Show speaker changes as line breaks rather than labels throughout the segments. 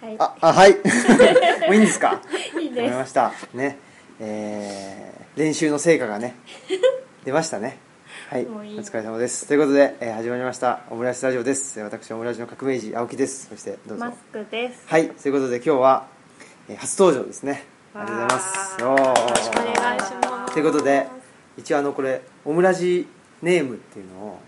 はい
あ あはいもういいんですか
いい
わかりま
で
したねえー練習の成果がね出ましたねはい
もういい
お疲れ様ですということで、えー始まりましたオムライスラジオですえー私オムライスの革命児青木ですそしてど
す
うぞ
マスクです
はいということで今日は、えー初登場ですねありがとうございます
わー
よー
よろしくお願いします
ということで一応あのこれオムラジネームっていうのを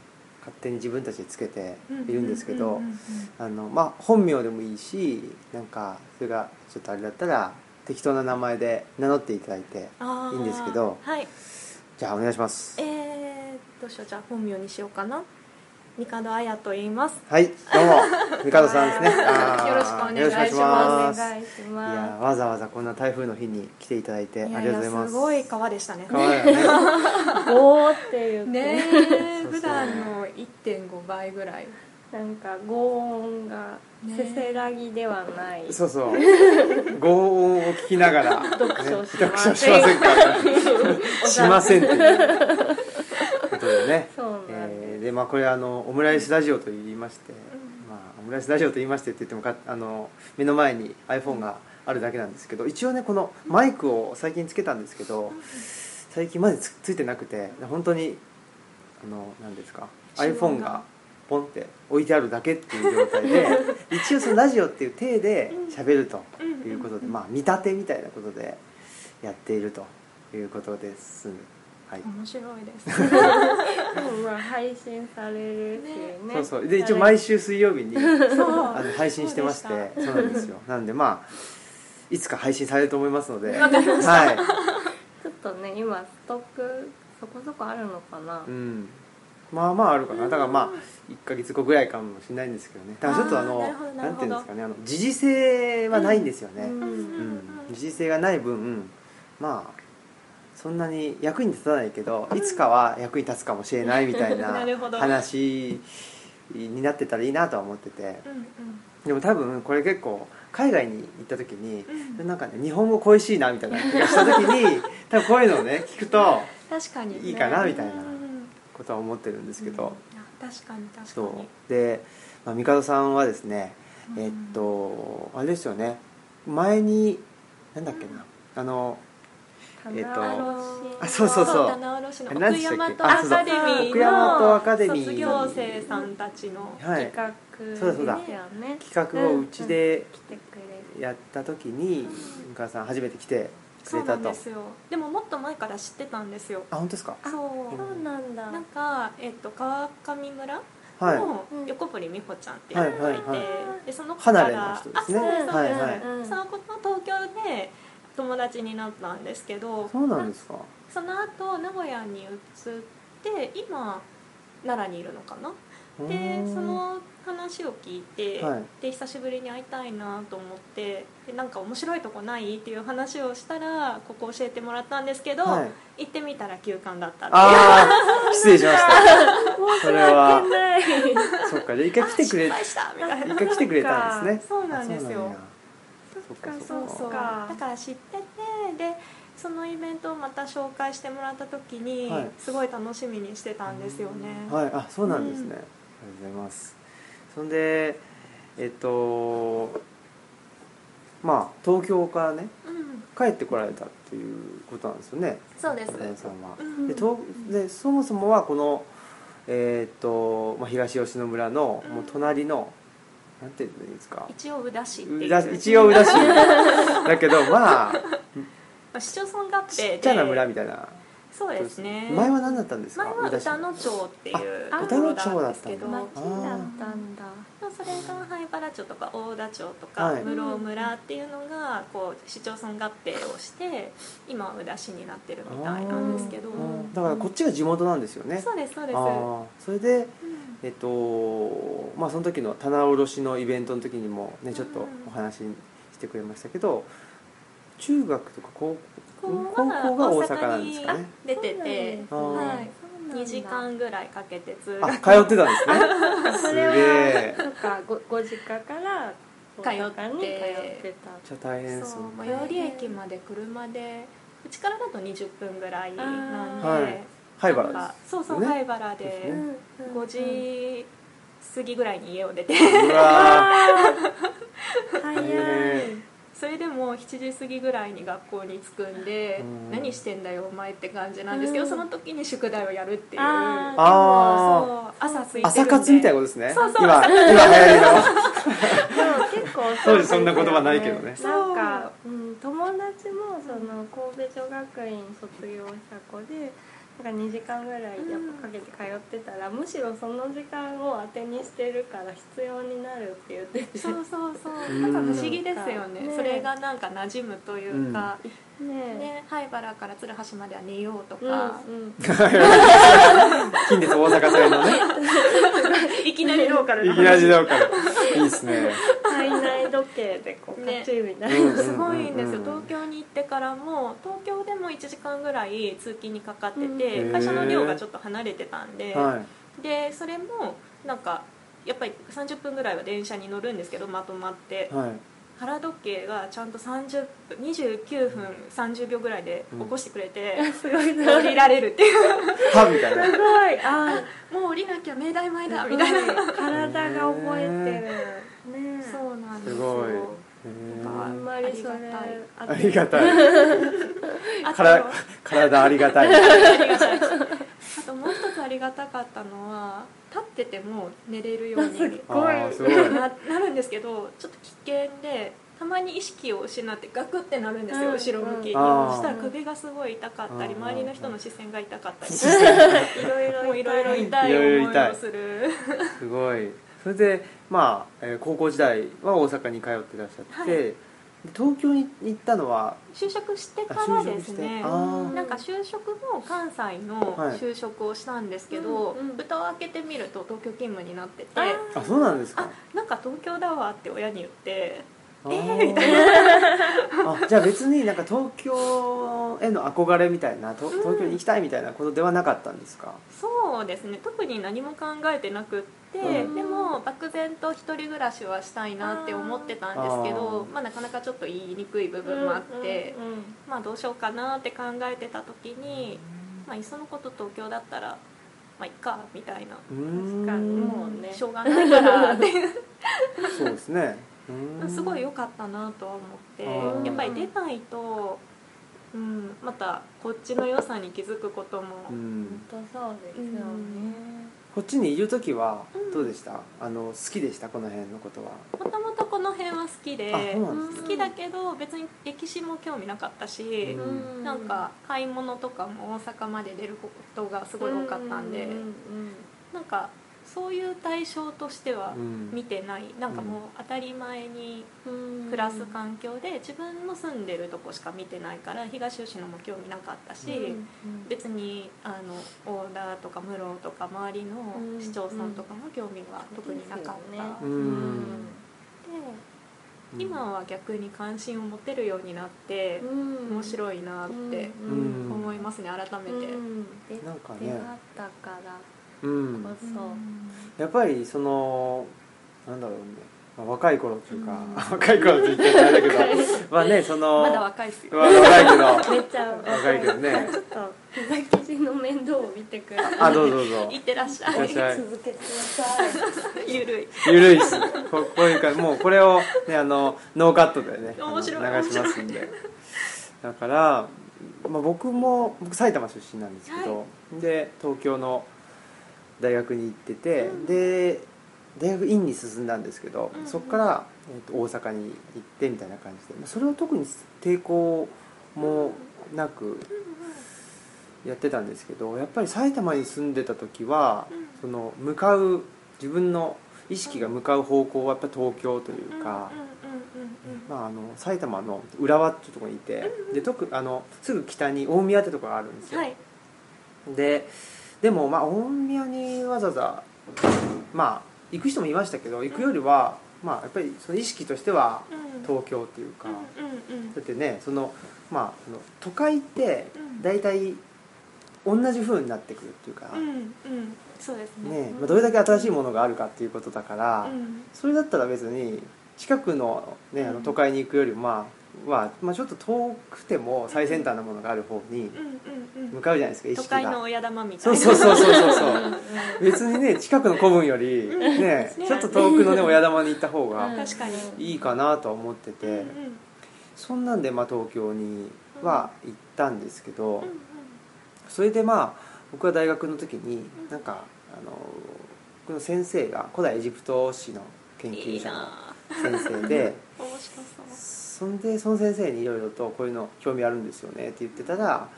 勝手に自分たちでつけているんですけど、
うんうんうん
あのまあ本名でもいいしなんかそれがちょっとあれだったら適当な名前で名乗っていただいて
あー
いいんですけど
はい
じゃあお願いします
えー、どうしようじゃあ本名にしようかな帝綾と言います
はいどうも 三方さんですねあー
よろしくお願いします
よろくお願いします
お願いし
い
ます
やわざわざこんな台風の日に来ていただいてありがとうございます
すごい川でしたね
かわいいね
ゴーっていう
ね
そ
え
う
普段の1.5倍ぐらい
なんかゴー音が
ね
せせらぎではない、
そうそう。合音を聞きながら、
読書し
読
ませ
書
ん
しませんか。しませんっていうことでね。
そうなんです
えーでまあこれあのオムライスラジオと言いまして、まあオムライスラジオと言いましてって言ってもかあの目の前に iPhone があるだけなんですけど、一応ねこのマイクを最近つけたんですけど、最近までつついてなくて本当にあの何ですか
指紋
iPhone
が
がポンって置いてあるだけっていう状態で一応そのラジオっていう体で喋るということで、まあ見立てみたいなことでやっているということです。はい。
面白いです
うんまあ配信されるっていうね
そうそうで一応毎
週
週水曜日に あ
そう
の配信してまして
そうで
そうなんですよなんでまあいつか配信されると思いますのでは
ちょっとね今ストックそこそこあるのかな、
い、うん、まあまああるかなだからまあ1か月後ぐらいかもしれないんですけどねだからちょっとあの
あーなるほどな
な
るほど
んていうんですかねあの時事性はないんですよね、
う
うん
ん
時事性がない分まあそんなに役に立たないけどいつかは役に立つかもしれないみたいな
なるほど
話になってたらいいなとは思ってて
うんうん
でも多分これ結構海外に行った時に
うん
なんかね日本語恋しいなみたいな気がした時に多分こういうのをね聞くと
確かに
いいかなみたいな
うん
ことは思ってるんですけど、
あ確かに確か
そ
に
うで、まあ、帝さんはですね
うん
えっとあれですよね前になんだっけなあのえっと
棚卸し
あそうそうそう
棚卸しの
何
奥
でしたっけ
山とアカデ
あそうそう
ミ
奥
山とアカ
ー
デ
の
ミー
卒業生さんたちの
はい
企画
そうだそうだ
ですよね
企画をうちで
来てくれて
やった時に帝さん初めて来てく
そ
れ
うな
た
ん
と
ですよでももっと前から知ってたんですよ
あ本当ですか
そ
そうなんだ
うなんか、えっと川上村
はい
の
うん
横堀美穂ちゃんっていう子がいて、
はいはい
はい
でその子から
離れの人ですね
あそうですそうです、
はいはい
うん
その子と東京で友達になったんですけど
そうなんですか
その後名古屋に移って今奈良にいるのかな
う
で
ーん
その話を聞いて、
はい
で久しぶりに会いたいなと思ってでなんか面白いとこないっていう話をしたらここ教えてもらったんですけど、
はい
行ってみたら休館だったっていう
ああ失礼しました それは
申し訳ない
そっかじゃあ一回来てくれ
失敗したみたいな
一回来てくれたんですね
そうなんです
あ
よ
そうなんや
そ
そ
っ
っ
か
か
そ
そ
っ
っ
か
か
だから知っててでそのイベントをまた紹介してもらった時に、
はい
すごい楽しみにしてたんですよね、
はいあそうなんですね、
うん
ありがとうございますそんでえっとまあ東京からね
うん
帰ってこられたっていうことなんですよね
そうです
小林さんは、
うん
でとでそもそもはこのえっと、まあ、東吉野村のもう隣の、なんていうんですか
一応宇田市っていう
宇田一応宇田市だけどま あ
まあ市町村合併
ち
で
っちゃな村みたいな
そうですね
前は何だったんですか
前は
宇田市
歌野町っていう
あ
ところ
歌野町
な
だっ
んです
た
け
んだ
ど
町
ま
だったんだ
あそれが灰原町とか大田町とか
はい
室尾村っていうのがこう市町村合併をして今は宇田市になってるみたいなんですけど
あーだからこっちが地元なんですよね
そうですそうです
あーそれで
うん
えっとまあその時の棚卸しのイベントの時にもねちょっ
う
と
ん
お話ししてくれましたけど中学とか 高
高
校
校
高
は
校が大阪なんです
に
かね
出てて
あー
は
そう
い
なんだ
2時間ぐらいかけて通
あ通
学
って たんですね
そ
すげ
れは
え
そっかごご実家から
通って
大阪に通ってた
じゃあ大変で
そ
す
う
ね
最寄り駅まで車でうちからだと20分ぐらいなんで、
あー
はい灰原
なんかそうそう
ね
灰原
です
で
ね
5時過ぎぐらいに家を出て
うわ
早い、
ね
それでも7時過ぎぐらいに学校に着くんで、
うん
何してんだよお前って感じなんですけど、
うん
その時に宿題をやるっていう
あ
ーあー
そう朝空いてるんで
朝活みたいなことですね
そう そう
今今流
で
行
も結構
当時そんな言葉ないけどね
なんか、うん、友達もその神戸女学院卒業した子でなんか2時間ぐらいやっぱかけて通ってたら、むしろその時間を当てにしてるから必要になるって言ってて
そうそうそう
うん
なんか不思議ですよね
ね
それがなんか馴染むというか、
ね
ね灰原から鶴橋までは寝ようと
うん
か、
うん
りの近鉄大阪線のね
いきなりローカル
い
な
きなりだからいいです ね
体内時計でこうカ
ね
ッチリみたいな、
うん
すごいんですよ
うんうんうん
東京に行ってからも東京でも1時間ぐらい通勤にかかって
う
て
ん
会社の寮がちょっと離れてたんで
はい
でそれもなんかやっぱり30分ぐらいは電車に乗るんですけどまとまって
はい
腹時計がちゃんと30分29分30秒ぐらいで起こしてくれて
すごいな
降りられるっていう
歯みたいな
すごいあ
もう降りなきゃ明大前だ
ー
みたいな
うん体が覚えてるね
そうなんですす
ごい
よ
へ
あ
ー
んまりそれ
ありが
い
たい
あと
から体ありがたい
あともう一つありがたかったのは立ってても寝れるように
あーすごい
ななるんですけどちょっと危険でたまに意識を失ってガクってなるんですよ、
うん
後ろ向きに
うん
そしたら首がすごい痛かったり
うん
周りの人の視線が痛かったり
ろいろ
もういろいろ痛
いろい
い
ろ
思い
痛い
をする
すごいそれでまあ、えー高校時代は大阪に通ってらっしゃって、
はい
で東京に行ったのは
就職して
あ
からですね
あー
なんか就職も関西の
はい
就職をしたんですけど、
うんうん
蓋を開けてみると東京勤務になってて
あー
あそうなんですか
あなんか東京だわって親に言って
あ
え
ー
ーみた
あじゃあ別になんか東京への憧れみたいなと東京に行きたいみたいなことではなかったんですか、
そうですね特に何も考えてなくって、
うん
でも漠然と一人暮らしはしたいなって思ってたんですけど
あー
まあ、なかなかちょっと言いにくい部分もあって、
うんうんうん
まあ、どうしようかなって考えてた時に、まあ、いっそのこと東京だったらまあいっかみたいな、
うー
確
ん
かに
も
ん
うしょうがな いからって
そうですねうーん
すごい良かったなとは思って、
うん
やっぱり出ないと、うん、またこっちの良さに気づくことも、
うん
本当そうですよね、
こっちにいる時は
うん
どうでした、あの好きでしたこの辺のことは、
もともとこの辺は好きで
あそうなんです
ね
好きだけど別に歴史も興味なかったし、
う
なんか買い物とかも大阪まで出ることがすごい多かったんで、
うう
なんかそういう対象としては
うん
見てない、なんかもう当たり前に
うんうん
暮らす環境で自分の住んでるとこしか見てないから東吉野も興味なかったし。
うんうん
別にあの大田とか室とか周りの市町村とかも興味が特になかった、
ですよね
うん
で今は逆に関心を持てるようになって
う、ん
面白いなって
うん
思いますね改めて、
うんで
なんかね
出会ったから
うん
こそ、
やっぱりそのなんだろうね、まあ、若い頃というか、
うん
若い頃って言ってたんだけど まあねその
まだ若いっすよ、
まあ若い けど
めっち ゃ
若いけどね
ちょっと膝生地の面倒を見てくれて
あどうぞどうぞ
いってらっしゃ
いらっ
い
しゃい
続けてください
ゆるい
ゆるいっすここういうかもうこれをねあのノーカットでねあの
面
流し
白い
ますんでだから、まあ、僕も僕埼玉出身なんですけど、で東京の大学に行ってて、
うん
で大学院に進んだんですけど、
うんうん
そこから、えっと大阪に行ってみたいな感じでまあそれは特に抵抗もなくやってたんですけどやっぱり埼玉に住んでた時は、
うん
その向かう自分の意識が向かう方向はやっぱ東京というか、まあ、あの埼玉の浦和っていうところにいて、で特あのすぐ北に大宮ってところがあるんですよ、
はい
ででもまあ大宮にわざわざまあ行く人もいましたけど行くよりは、まあ、やっぱりその意識としては東京っていうか、
うんうんうん
だってねその、まあ、あの都会って
うん
大体同じ風になってくるっていうか、
うんうんそうですね
ねまあ、どれだけ新しいものがあるかっていうことだから、
うん
それだったら別に近くの,、ね、あの都会に行くよりもまあは、まあ、ちょっと遠くても最先端なものがある方に
うんうんう
向
ん
かうじゃないですか意
都
識
会の
が。
親玉みた
そ
いうな
そうそうそうそうそう
うんうん
別にね近くの古文よりね
ね
ちょっと遠くのね親玉に行った方
うん
が
確かに
いいかなとは思ってて、
うんうん
そんなんでまあ東京には行ったんですけど、
うんうん
それでまあ僕は大学の時になんかあの僕の先生が古代エジプト史の研
い
究
い
者の
な
先生で。
ぁ面白そう
そんでその先生にいろいろとこういうの興味あるんですよねって言ってたら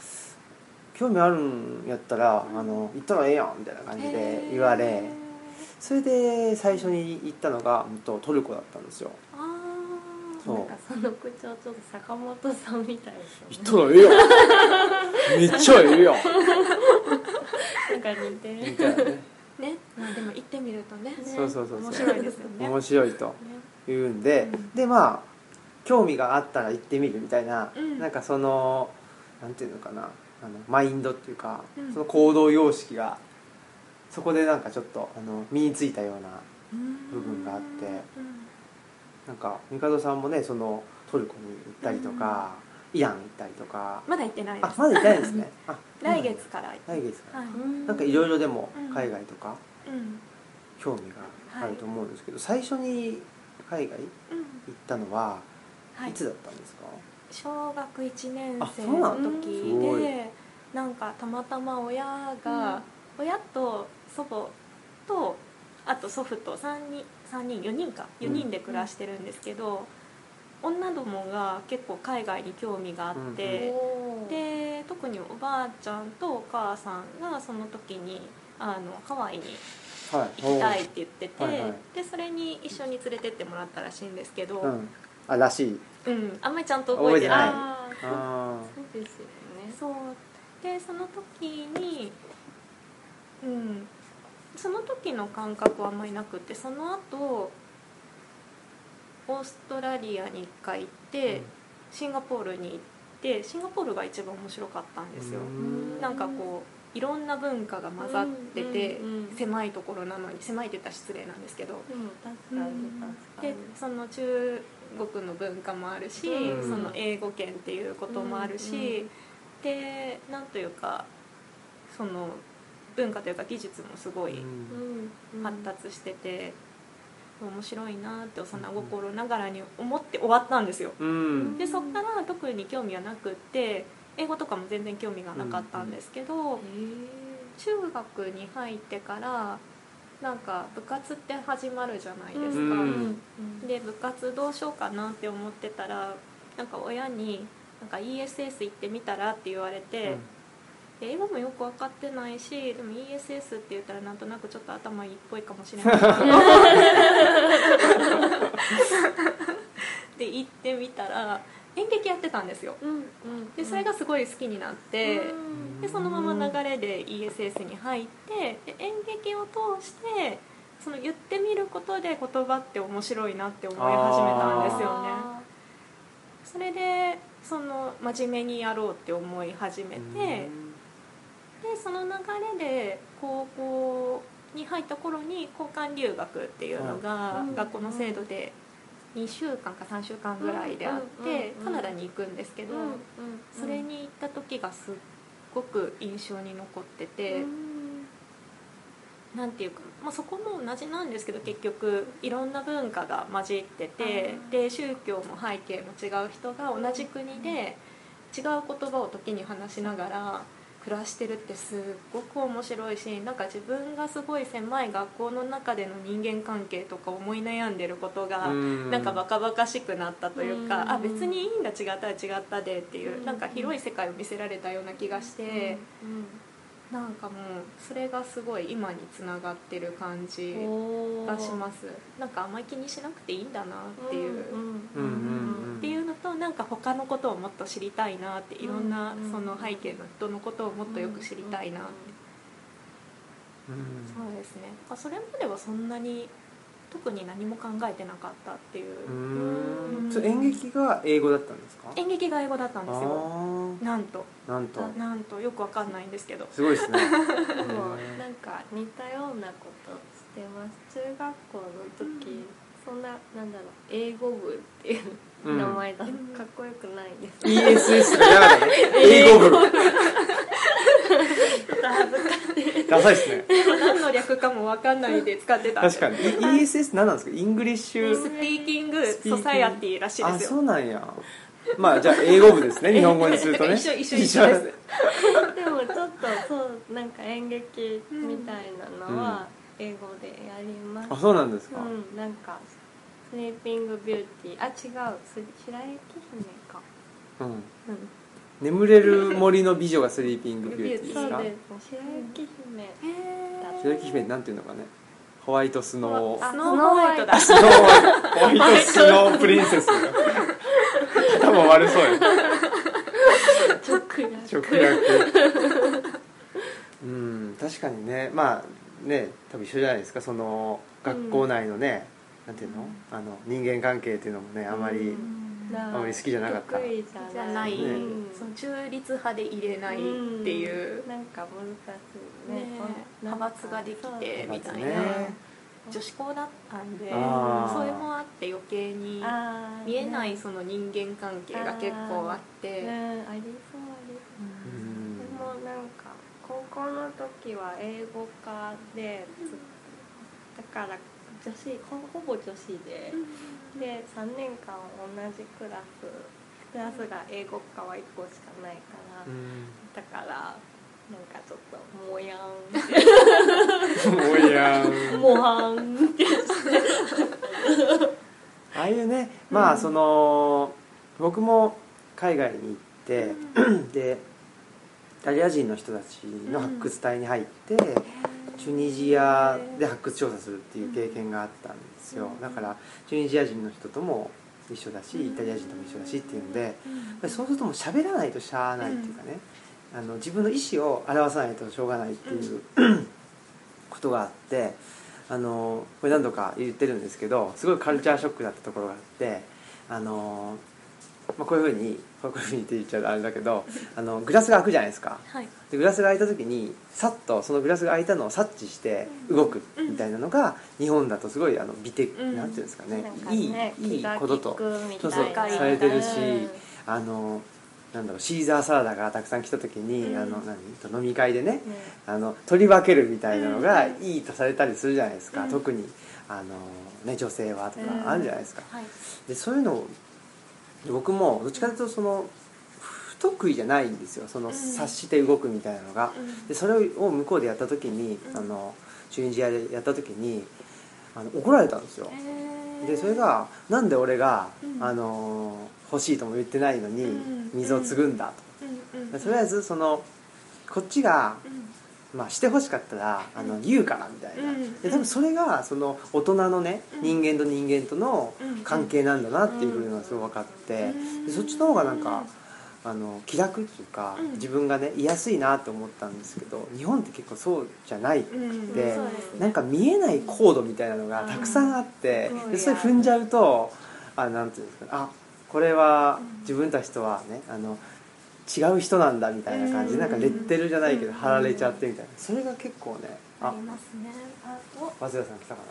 興味あるんやったら、
うん
あの行ったらええやんみたいな感じで言われ
へー
それで最初に行ったのがうんとトルコだったんですよ
あー
そう
なんかその口調ちょっと坂本さんみたいですよね
らええや んめっちゃええやん
なんか似て
み
る
たいなね
ね、まあでも行ってみるとね
そうそうそうそう
面白いですよね
面白いとい
ね
うんで、
うん
でまあ興味があったら行ってみるみたいな、
うん
なんかそのなんていうのかなあのマインドっていうか、
うん
その行動様式がそこでなんかちょっとあの身についたような部分があってなんか帝さんもねそのトルコに行ったりとか、イラン行ったりとか、
まだ行ってないで
あ
す
まだ行ってないんですねあ
来月からはい
来月か、
うん
なんかいろいろでも
うん
海外とか
うん
興味があると思うんですけど、最初に海外行
うん
ったのは
はい
いつだったんですか、
小学1年
あ
生
そうな
の
ん
だ
時
すごい
でなんかたまたま親が、親と祖母とあと祖父と3人三人4人か4人で暮らしてるんですけど、女どもが結構海外に興味があって、
おー
で特におばあちゃんとお母さんがその時にあのハワイに
はい、
行きたいって言ってて、
はいはい
でそれに一緒に連れてってもらったらしいんですけど、
う
うん
ん、あらしい
あんまりちゃんと覚えてない
あー
あ
そうですよね
そうでその時にうんその時の感覚はあんまりなくてその後オーストラリアに1回行 って、シンガポールに行ってシンガポールが一番面白かったんですよ、
ん
なんかこういろんな文化が混ざってて、
うんうんうん
狭いところなのに狭いって言ったら失礼なんですけど、
でも確かに確かに
でその中国の文化もあるし、
うん
その英語圏っていうこともあるし、でなんというかその文化というか技術もすごい
うんうん
発達してて、面白いなって幼心ながらに思って終わったんですよ。
うん
でそっから特に興味はなくって英語とかも全然興味がなかったんですけど、
へ
中学に入ってからなんか部活って始まるじゃない
ー
ですか。
うん
うん
で部活どうしようかなって思ってたらなんか親になんか ESS 行ってみたらって言われて、で英語もよく分かってないしでも ESS って言ったらなんとなくちょっと頭いいっぽいかもしれないけどで行ってみたら演劇やってたんですよ
うんうん
でそれがすごい好きになって、
うん
でそのまま流れで ESS に入ってで演劇を通してその言ってみることで言葉って面白いなって思い始めたんですよね
あ
それでその真面目にやろうって思い始めて、でその流れで高校に入った頃に交換留学っていうの
は
が
いうん
学校の制度で2週間か3週間ぐらいであって
うん
カナダに行くんですけ
ー
ど
うんうん
それに行った時がすっごく印象に残ってて。
うん
なんていうか、まあ、そこも同じなんですけど結局いろんな文化が混じってて
あー
で宗教も背景も違う人が同じ国で違う言葉を時に話しながら暮らしてるってすっごく面白いしなんか自分がすごい狭い学校の中での人間関係とか思い悩んでることが。なんかバカバカしくなったというか、
うん
あ別にいいんだ違ったら違ったでっていう、
うん
なんか広い世界を見せられたような気がして、なんかもうそれがすごい今につながってる感じ
うんおー
がしますなんかあんまり気にしなくていいんだなっていう、
うん
うんうん
っていうのとなんか他のことをもっと知りたいなっていろんな
うん
その背景の人のことをもっとよく知りたいなって、
うん
そうですねあそれまではそんなに特に何も考えてなかったっていう、
うんそう演劇が英語だったんですか
演劇が英語だったん
あ
ですよ
ー
なんと
なんと
なんとよくわかんないんですけど
すごいですね
でもなんか似たようなことしてます中学校の時、
うん
そんななんだろう英語部っていう名前だとかっこよくないです、
ESS とか嫌だね英語部
ちょっと恥ずかしい
ダサいですね
何の略かも分かんないで使ってた
確かに ESS 何なんですかイングリッシ
ス
ュ
ピーキングソサエティらしい
あ
です
そ
よ
うなんやまあじゃあ英語部ですね日本語にするとね
一緒一緒一緒です
でもちょっとそうなんか演劇みたいなのは英語でやります
あ、そうなんです
う
か、
んなんか「スリーピングビューティー」あ違うす白雪姫か、
うん
うん、
眠れる森の美女がスリーピングビューティーです
そ
か
うです白雪姫
へー
白雪姫なんていうのかねホワイトスノー
スノーホワイトだ
スノーホワイトスノープリンセス頭悪そうよ
直訳
直訳うん確かにねまあね多分一緒じゃないですかその学校内のね、なんていうのあの人間関係っていうのもねあまり、
うん
あまり好きじゃなかった
得意じゃない
じゃな
ね
い、
うん
その中立派で入れないっていう、
んなんか難しいね
ね派閥ができてみたいな、
派閥ね
女子校だったんで
あー
それもあって余計に見えない
ね
その人間関係が結構あって、
ねありそうありそううんでもなんか高校の時は英語科でだから女子ほほぼ女子でで3年間同じクラスクラスが英語科は1個しかないから
う
だからなんかちょっともやん って
んおいやん
もはんって
ああいうねまあその、僕も海外に行って、でイタリア人の人たちの発掘隊に入って、チュニジアで発掘調査するっていう経験があったんですよ、
うん
だからチュニジア人の人とも一緒だし
うん
イタリア人とも一緒だしっていうんでやっぱりそうするともう喋らないとしゃあないっていうかね、あの自分の意思を表さないとしょうがないっていう、ことがあってあのこれ何度か言ってるんですけどすごいカルチャーショックだったところがあってあの、まあ、こういうふうにこういうふうにって言っちゃうとあれだけどあのグラスが開くじゃないですか。
はい
でグラスが開いた時にさっとそのグラスが開いたのを察知して動くみたいなのが日本だとすごいあの美的、
ん
なんていうんですかね
なんか
いい
ね
い
気
い
が利
ことと
くみ
そ
た
うそう
いな
されてるし
うん
あのなんだろうシーザーサラダがたくさん来た時に、
うん
あの何飲み会でね
ね
あの取り分けるみたいなのが
うん
いいとされたりするじゃないですか、
うん
特にあの、ね、女性はと
うん
かあるじゃないですか、
はい
でそういうのを僕もどっちかというとその不得意じゃないんですよその
うん
察して動くみたいなのが、
うん
でそれを向こうでやった時に、
うん
あのチュニジアでやった時にあの怒られたんですよ、
へー
でそれがなんで俺が、
うん
あの欲しいとも言ってないのに
うん
水を継ぐんだ
うんうん
と、でとりあえずそのこっちが
うん
まあ、してほしかったらあ
う
の
ん
言うからみたいな、
うん
で多分それがその大人のね
うん
人間と人間との
うん
関係なんだなっていうふうのがすごい分かって
うん
でそっちの方がなんかあの気楽っていうか
うん
自分がね居やすいなと思ったんですけど日本って結構そうじゃない
うん
で
そうですね
なんか見えないコードみたいなのがたくさんあって
うん
でそれ踏んじゃうとあなんていうんですかねあこれは自分たちとはねあの違う人なんだみたいな感じでなんかレッテルじゃないけど
うん
貼られちゃってみたいなそれが結構ね
あ
あ
りますね
あお
早稲田さん来たか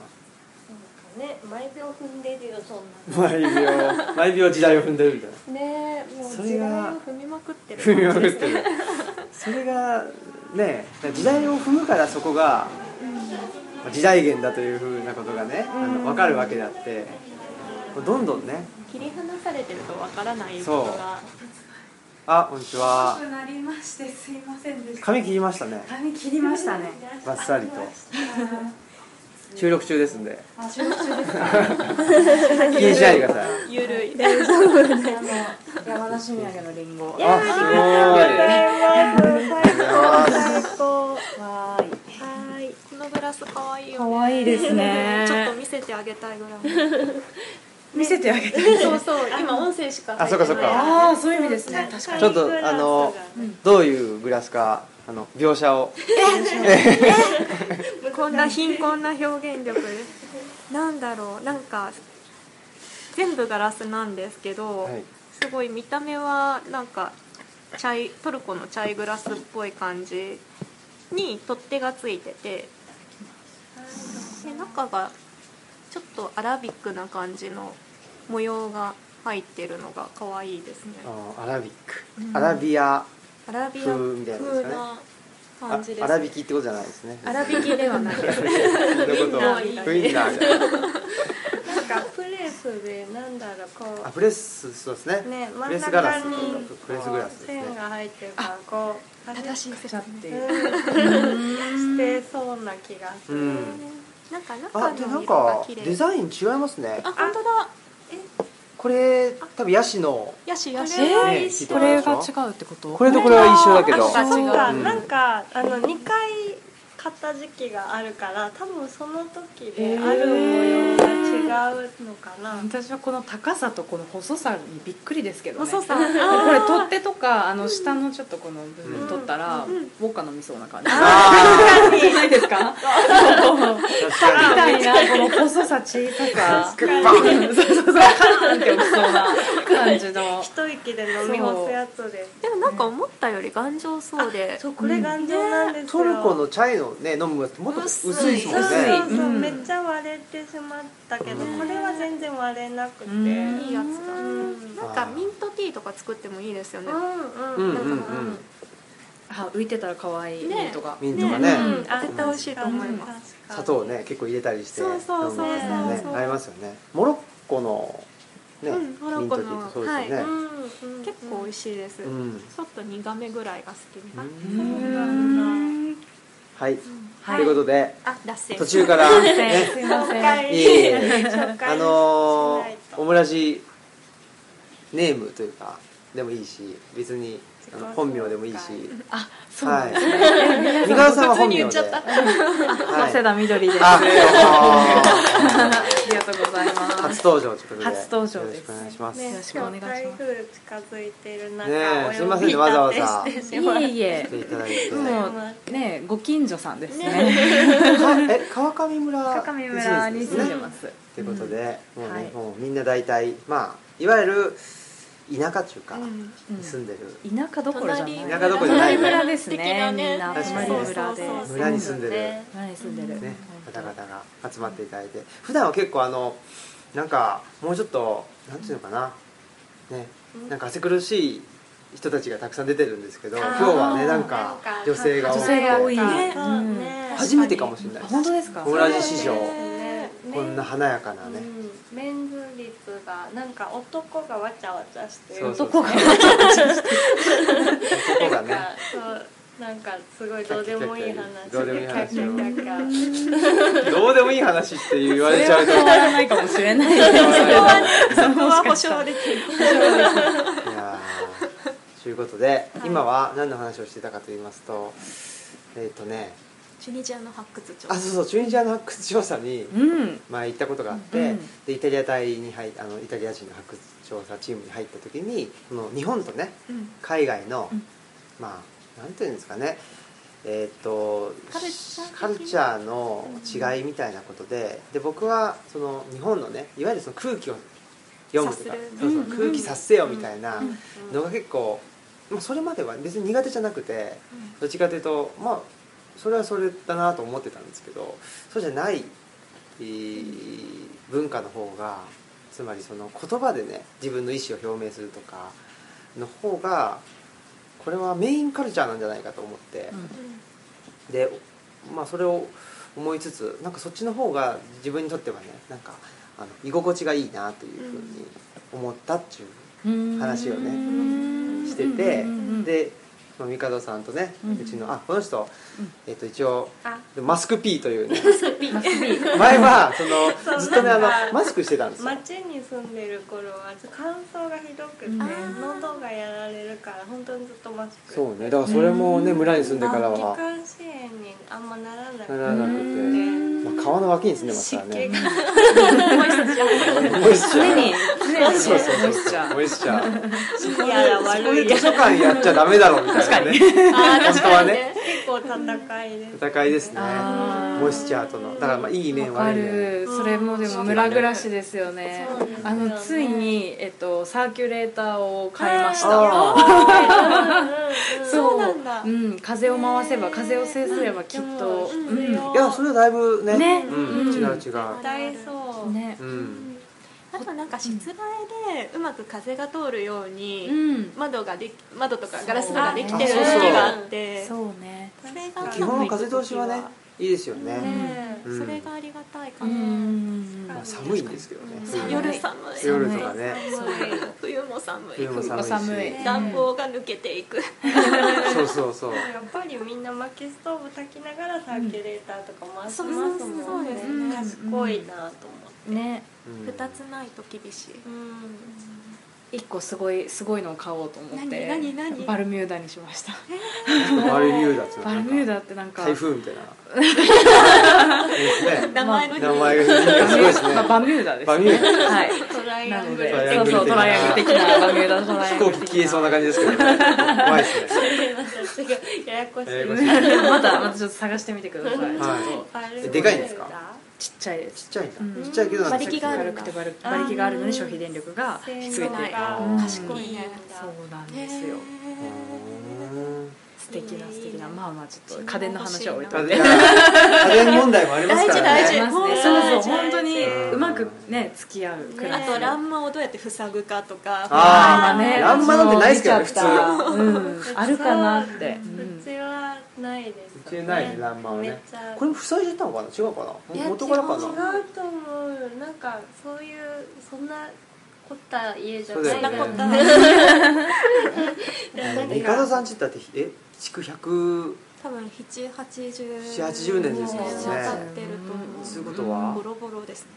なんかね毎秒踏んでるよそんな
な毎秒毎秒時代を踏んでるみたいな
ねえもう
それ
時
が
代を踏みまくってる
踏みまくっ
感
てるそれがね時代を踏むからそこがまあ時代源だというふうなことがねあ
う
の
ん
分かるわけであってこうどんどんね
じ切り離されてるとわからないことが
あこんにちは
遅くなりましてすいませんでした
髪切りましたね
髪切りましたね
バッサリと収録中ですんで
あ収録中ですか
気にしないでください
ゆるい
あの山梨土産のリンゴ
あす
最高
わーい
はい
このグラス可愛いよね
可愛いですね
ちょっと見せてあげたいぐらい
見せてあげて
そうそう今音声しか入
あ
ってない
そっかそっか
ああそういう意味ですね確か
ごい
に
ちょっとあのどういうグラスかあの描写を
こんな貧困な表現力なんだろうなんか全部ガラスなんですけど、
はい
すごい見た目はなんかチャイトルコのチャイグラスっぽい感じに取っ手がついててで中がちょっとアラビックな感じの模様が入ってるのが可愛いですね
あーアラビック、
うん
アラビア
アラビア
風みたいなです
風
かね
な
あ
感じです、ね、
アラビキってことじゃないですね
粗挽きではないです
そういうこと
ウィンナー
ウィンナーじゃない
なんかプレスでなんだろうこ
あ
う
プレスそうですね
ね
プ
真
レ
ん
スガラ
中
ス
に
プレスグラスですね
線が入ってるからこう
正しい説ってい
う
う。
んしてそうな気がする、
うん
なんか
あ
中
で
の
なん
色が
か
綺麗
デザイン違いますね
あ本当だ
これ多分ヤシの
ヤシヤシ
これは
ね
一緒
これが違
うってこと
これとこれは一緒だけど
あそうか、
うん
なんかあの2回買った時期があるから多分その時である模様が違うのかな、
私はこの高さとこの細さにびっくりですけどね
細さ
これ取っ手とかあの下のちょっとこの部
う
分
ん
取ったら、
うん
ウォッカ飲みそうな感じ
あ
じ ゃないですか
ー 確か
みたいなこの細さ小ささ
にバン
そうそうそうカーンって落ちそうな感じの
一息で飲み干すやつです
でもなんか思ったより頑丈そうで
そうこれ頑丈なんですよ、
トルコのチャイのね飲むやつもっと薄いですも
そうそう
んね
そう、
うん
めっちゃ割れてしまったけど、
うん
これは全然割れなくて、
う
うんん、
いいやつだ
うん
なんかミントティーとか作ってもいいですよね
うん
うんうん
なん
う
か
ん
あ浮いてたら可愛い
ね
ミントが、
ミントが
ね
ね
うんあ絶対美味しいと思います
す
砂糖ね結構入れたりして
そうそうそうそ
飲
う
むやつね
そう
合いますよねモロッコのね
うんモロ
ミ
ッ
ン
コ
ト
の
ティーってそうですよ
う
ね
んうん、
結構美味しいです、
うん
ちょっと苦めぐらいが好きです、
うん
はい
は
ということで
あ脱線
途中からね
すいませ
紹
ん
介
いえいえ
紹介
あの
しない
ー、
と
オムラジネームというかでもいいし別にあの本名でもいいし
あそうなん
は
です、
い 三河さんは本名で
普通に言っちゃった
はい
早稲田みどりです
あ
あ
どうも
りがとうございます
初登場ということで
初登場
よろ
で
し
す
くお願いします、
ね
よろしくお願いします
台風近づいてる中、
ねえ
お呼び
すいませんねわざわざ
立てしてしまっ
い
て
えいえ
来ていただいて
もうねご近所さんですね
かえ川上村
高見村に住んで
ね
ます
ということで、もうね、
はい
もうみんな大体まあいわゆる田舎中か、
うん
うん
住んでる
田舎どころじゃない
隣
田舎どころじゃない
隣村ですね
的なね
みんな
確かに
隣村で
そうそうそう
村に住んでる
ね
村に住んでる
ね、方々が集まっていただいて普段は結構あのなんかもうちょっとなんていうのかなねなんか汗苦しい人たちがたくさん出てるんですけど
あ
今
ー
日はねなんか女性が多
女
く
性が多
て
い
ね
うん
ね
初めてかもしれない
あ本当ですか
オムラジ史上
ね
こんな華やかなね、
うん、メンズ率がなんか男がわちゃわちゃして
そう
る
そう
男が
男 が
な
ね
んかそうなんかすごいどうでもいい話
どうでもいい話を
キャキャキャキャ
どうでもいい話って言われちゃ うと
変わらないかもしれないです
そこは保証できる
いやーということで、今は何の話をしてたかと言いますとえっ、とね
チュニジアの発掘調
あそうそうチュニジアの発掘調査に
うん
前行ったことがあって、
うん
でイタリア隊に入あのイタリア人の発掘調査チームに入った時にこの日本とね
うん
海外の、
うん
まあなんていうんですかねえっと
カルチャー的
カ
な
ルチャーの違いみたいなことでで僕はその日本のねいわゆるその空気を読むとか
察す
そ
る
うそう
うんうん
空気察せよみたいな
うん
のが結構、まあ、それまでは別に苦手じゃなくてどっちかというとまあそれはそれだなと思ってたんですけどそうじゃない、えー文化の方がつまりその言葉でね自分の意思を表明するとかの方がこれはメインカルチャーなんじゃないかと思って、で、まあ、それを思いつつなんかそっちの方が自分にとってはねなんかあの居心地がいいなというふうに思ったっていう
うん
話をね
うん
してて
うんうんうん
でその帝さんとね、
う
うんちのあこの人、
うん
えっと一応
あ
マスク P というね
マスビー
前はそ
そ
の
う
ずっとねあの
なんか
マスクしてたんですよ
街に住んでる頃は乾燥がひどくて
うん
喉がやられるから本当にずっとマスク
そうねだからそれもね
うん
村に住んでから
気
は
管支炎にあんまならな
な
く
らなくて、まあ、川の脇に住んでます
湿
か
気
らね
が
モイスチャ
常
ー
に常に
そうそうそう
ねモイスチャー
モイスチャー
いいやら
そ
悪
こで
いや
図書館やっちゃダメだろみたいなね
あー
本当はね
結構構戦いです、
戦いですね
あー
モイスチャーとのだからまあいい面
わか
悪い面
るそれもでも村暮らしですよね
そうですよね
あのついに、えっと、サーキュレーターを買いました
あ
うんそうなんだ、
うん、風を回せば風を制すればきっと、
う
うん
ん
ね
いやそれはだいぶね
ね
うん、
うん
違う違う
絶対そう、
うん
あとなんか室内でうまく風が通るように、
うん
窓ができ窓とかガラス戸ができてる
そう
時
ね
期があってそ
そうね
れが
基本風通しはねいいですよね、
ね
うん
それがありがたいか
う
な、
ん
まあ、寒いんですけどね、
うん
夜寒い
夜とかね
寒い冬も寒い
冬も寒いし
寒い
暖房が抜けていく、
そうそうそう
やっぱりみんな薪ストーブ炊きながらサーキュレーターとか回してますもんね、
そうそうそうです
ね
賢いなと思って、
ね
うん
二つないと厳しい
一個すごいすごいのを買おうと思って
何何何
バルミューダにしました
バルミューダって
バルミュー
ダ
ダってなんか
台風みたいなですね
名前の
名前がすごいですね
まあバミューダです
バミューダ
はい
トライ
な
アン
の
グル
で
トライアングル的な
そうそうトライアングル的なバミューダトライア
飛
ング
行
ル
機
的
消えそうな感じですけどね怖いですね
私がややこしい
ややこしい
またまたちょっと探してみてください、
は
バルーン
でかいんですか
ちっちゃいで
いち
す
っちゃいな、
うん
ちっちゃいけどなんか
馬力がある
軽くて馬力馬力があるのに消費電力が
性
すべ
能
て
が
うん
賢いんだ
そうなんですよ素敵な素敵なまあまあちょっと家電の話は置いとい
家
て
電家電問題もありますからね
大事
あり
大
ますね
事
そうそう
大事
本当に
うん
うまくね付き合うくら
あ
い
と乱馬をどうやって塞ぐかとか
あー
ね
乱馬なんてないですけどね
見ちゃったうんあるかなってうん
うちはないです
うちないね乱馬は
め
ね
っちゃ
これも塞いじゃったのかな違うか
い
な
や
元からか
違う
な
と思うなんかそういうそんな凝った家じゃ
そ
な
う
い
だ
じ
よ
ゃ
ね
な
そんなこ
い
と
で
ない
すか
三方さんちだってえ築100
多分7 8
70年ですもんね
渡ってると
つ
思
うことは
うボロボロですね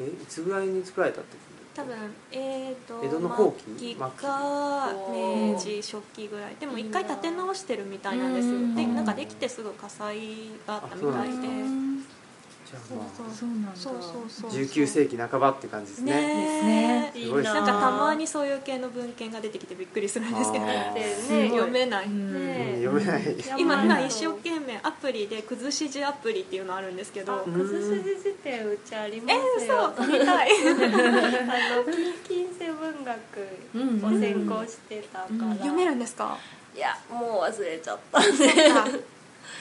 えいつぐらいに作られたって
多分えー、と
江戸の後期
末期か
末期
明治初期ぐらいでも一回建て直してるみたいなんですよ
うん
でなんかできてすぐ火災があったみたいで
じゃあまあ
そうなんだ
そうそうそうそう
19世紀半ばって感じです
ね
ね
ね
すごいっすね
なんかたまにそういう系の文献が出てきてびっくりするんですけど
あー
ね
読めないう
うん
ね
ん読めない
今
やば
今
い
一生懸命アプリで「崩し字アプリ」っていうのあるんですけ
あ
ど
崩し字辞典うちありま
え
すよ、
ー、そう見たい
あの近近世文学を専攻してたから、
うんうん
読めるんですか
いやもう忘れちゃったね
あ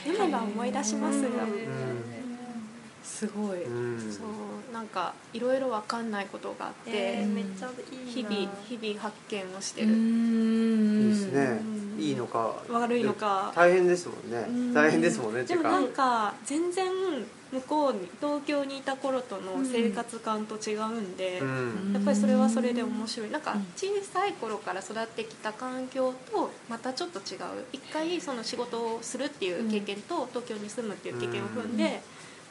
読めば思い出します
う
よ
ん
すごい
うん
そうなんかいろいろわかんないことがあって、
えーめっちゃい
日
いな
々日々発見をして
う
る、
ん
いいですねいいのか
悪いのか
大変ですもん
うん
ね大変ですもんねって
で
いう
もな
か
んか全然向こうに東京にいた頃との生活感と違うんで、
うん
やっぱりそれはそれで面白いなんか
うん
小さい頃から育ってきた環境とまたちょっと違う一回その仕事をするっていう経験と東京に住むっていう経験を踏んで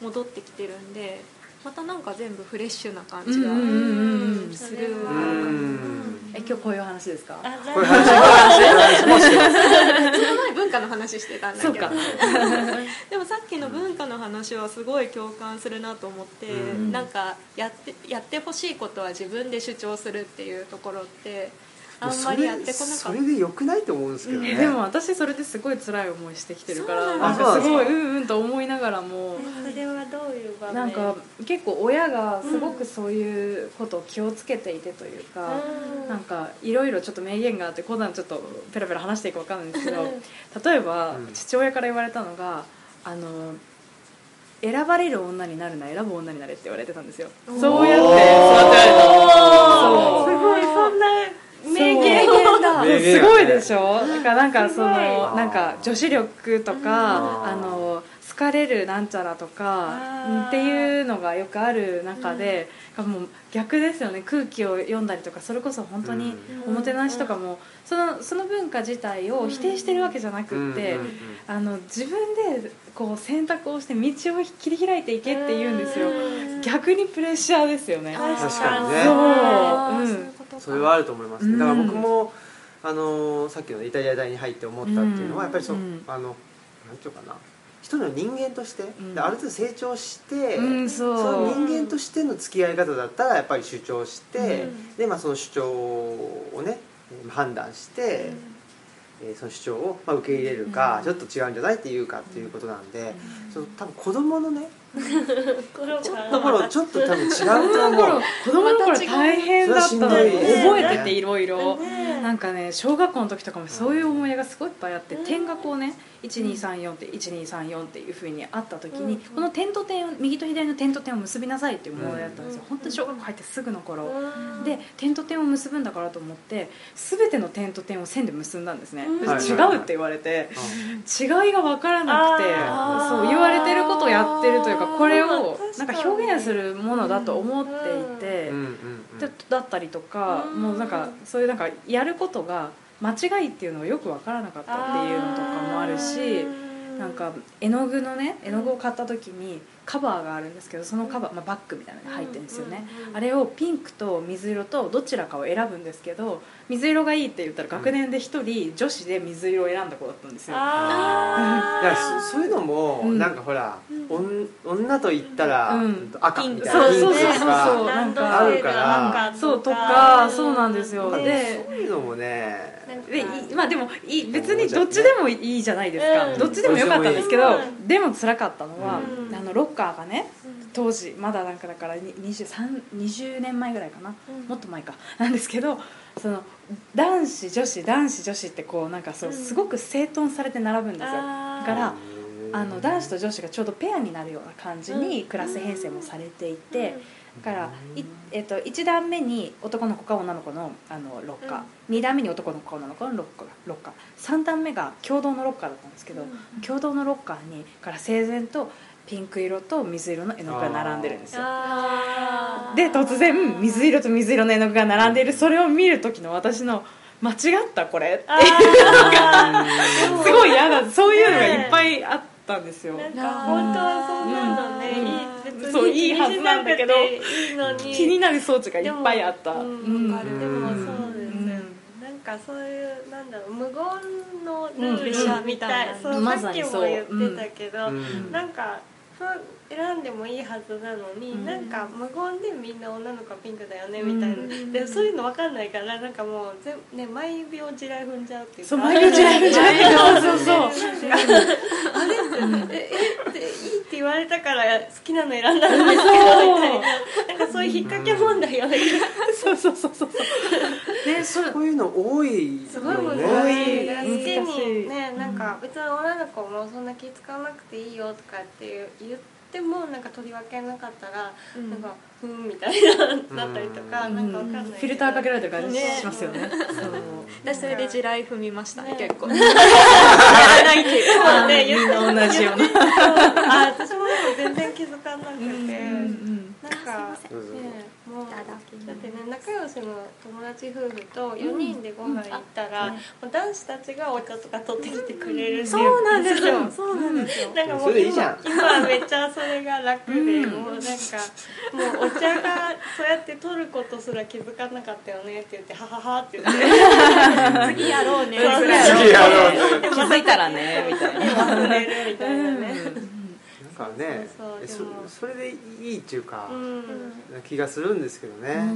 戻ってきてるんでまたなんか全部フレッシュな感じが
うんうんうんうん
それは
う
え今日こういう話です か
あ
これ話これ話もうしてます
その前文化の話してたんだ
そう
けど
か
でもさっきの文化の話はすごい共感するなと思って、
うん
なんかやってやってほしいことは自分で主張するっていうところってあんまりやってこなか
そ
っ
れで良くないと思うんですけどね
でも私それですごい辛い思いしてきてるから
そう
な
なん
んだ
かすごい
あそううなん
うんと思いながらも
それはどういう場面
なんか結構親がすごくそういうことを気をつけていてというか、
うん
なんかいろいろちょっと名言があってこんなんちょっとペラペラ話していくわかんないんですけど例えば
うん
父親から言われたのがあの選ばれる女になるな選ぶ女になれって言われてたんですよ
ー
そうやって育てられた
す
そう
ごいそんな名言
だ
名言だね
すごいでしょだからなんか
す
そ
ごい
のなんか女子力と
うん
かあの好かれるなんちゃらと
あ
か
ー
うんっていうのがよくある中で、もう逆ですよね空気を読んだりとかそれこそ本当に
うん
おもてなしとかもそのその文化自体を否定してるわけじゃなくって。
うんうんうん
あの自分でこう選択をして道を切り開いていけって言うんですよ
うん
逆にプレッシャーですよね
確かにね
あ
そ
ー
ううん
そういうことか
それはあると思いますね、
うん
だから僕もあのーさっきのイタリア大に入って思ったっていうの
うん
はやっぱりそ、う
うん
あのなんていうかな一人の人間として、
ん
である程度成長して、
うん
そ
そう
の人間としての付き合い方だったらやっぱり主張して、
うん
でまあ、その主張をね判断して、えーその主張を、まあ、受け入れるか、
うん
ちょっと違うんじゃないっていうかっていうことなんで、その多分子供のね
ちょっ
ところちょっと多分違うと思う
子供の頃大変だったの
また違う
覚えて
ね
ていろいろ
ね
なんかね小学校の時とかもそういう思い出がすごいいっぱいあって点がこうね1234って1234っていうふうにあった時
う
に
ん
この点と点を右と左の点と点を結びなさいっていう問題だったんですよ
うん
本当に小学校入ってすぐの頃
うん
で点と点を結ぶんだからと思って全ての点と点を線で結んだんですね
うん
そしたら違うって言われて違いが分からなくて
あー
そう言われてることをやってるというかこれをなん
確か
か
に
表現するものだと思っていて、
うんうんうん
だだったりとか、
うん
もうなんかそういうなんかやることが間違いっていうのがよく分からなかったっていうのとかもあるしなんか絵の具のね絵の具を買った時にカバーがあるんですけどそのカバー、まあ、バッグみたいなのが入ってるんですよね、
うんうんうん
あれをピンクと水色とどちらかを選ぶんですけど水色がいいって言ったら学年で1人女子で水色を選んだ子だったんですよ
あ
い
ー
やそそういうのも、
うん
なんかほら、おん、女と言ったら、
うん
赤みたいな
そう
ピン
そう
ク
そう
と
そう
か
なん
あるから
なん
そうとかそうなんですよ
まあ
で
そういうのもね
でい
なんか
まあでもいい別にどっちでもいいじゃないですか、
うん
どっちでもよかったんですけど
どっちでも
でも辛かったのは、
うん
あのロッカーがね
うん
当時まだなんかだからに 20, 20年前ぐらいかな、
うん
もっと前かなんですけどその男子女子男子女子ってこうなんかそう、
うん
すごく整頓されて並ぶんですよ
あー
だから
うん
あの男子と女子がちょうどペアになるような感じにクラス編成もされていて、だから、いえっと1段目に男の子か女の子のあのロッカー、2段目に男の子か女の子のロッカーロッカー3段目が共同のロッカーだったんですけど、
うん
共同のロッカーにから整然とピンク色と水色の絵の具が並んでるんですよ
あー
で突然水色と水色の絵の具が並んでいるそれを見る時の私の間違ったこれ
あ ー
すごい嫌だそういうのがいっぱいあったんですよ、
なんか本当はそんなのね、
うん
いい別に
そういいはずなんだけど
気にしなくていいのに
気になる装置がいっぱいあった
でも
う
うん
ん
わかるでもそうですよね、
う
なんかそういうなんだろう無言のルールみたい、
うん
そう
ま
さ
さ
っき
に
も
そう
言ってたけど、
うん
なんかふ選んでもいいはずなのに、
うん
なんか無言でみんな女の子はピンクだよねみたいな、
うん
でそういうの分かんないからなんかもう全、ね、毎秒地雷踏んじゃうっていうか
そう毎日やるじゃないかそうそうそう
なんかええっていいって言われたから好きなの選んだんですけどみたいななんかそういう引っ掛け問題よね、
そうそうそうそうねそう
こういうの多い
すごい
よ
難
ね
しい
ね
好きにね
難しい
なんか別に女の子もそんな気使わなくていいよとかっていう言ってもなんか取り分けなかったらなんかふーんみたいななったりとか
うん
なんかわかんないけど
フィルターかけられてる感じ
ね
しますよねそう
私それで地雷踏みましたね
ね
結構
ないけど
あー
ね言
み
って
んな同じような
あー私もでも全然気づかなくて
うん
なんか
どうぞどうぞ
ねもう
いただきます
だってね仲良しの友達夫婦と4人でご飯行ったら、もう男子たちがお茶とか取ってきてくれるっていう
そうなんですよ
そうなんですよなんかも
そうれでいいじゃ
今
ん
今めっちゃそれが楽で、
うん
もうなんかもうお茶がそうやって取ることすら気づかなかったよねって言ってはははって言って
次やろうね
そうそう
ぐらいの
次やろうね
気づいた らねみたいな
忘れるみたいなね。
なんかね
そう
え
そうでも
そそれでいいっていうか、
うん
気がするんですけどね、
うん
う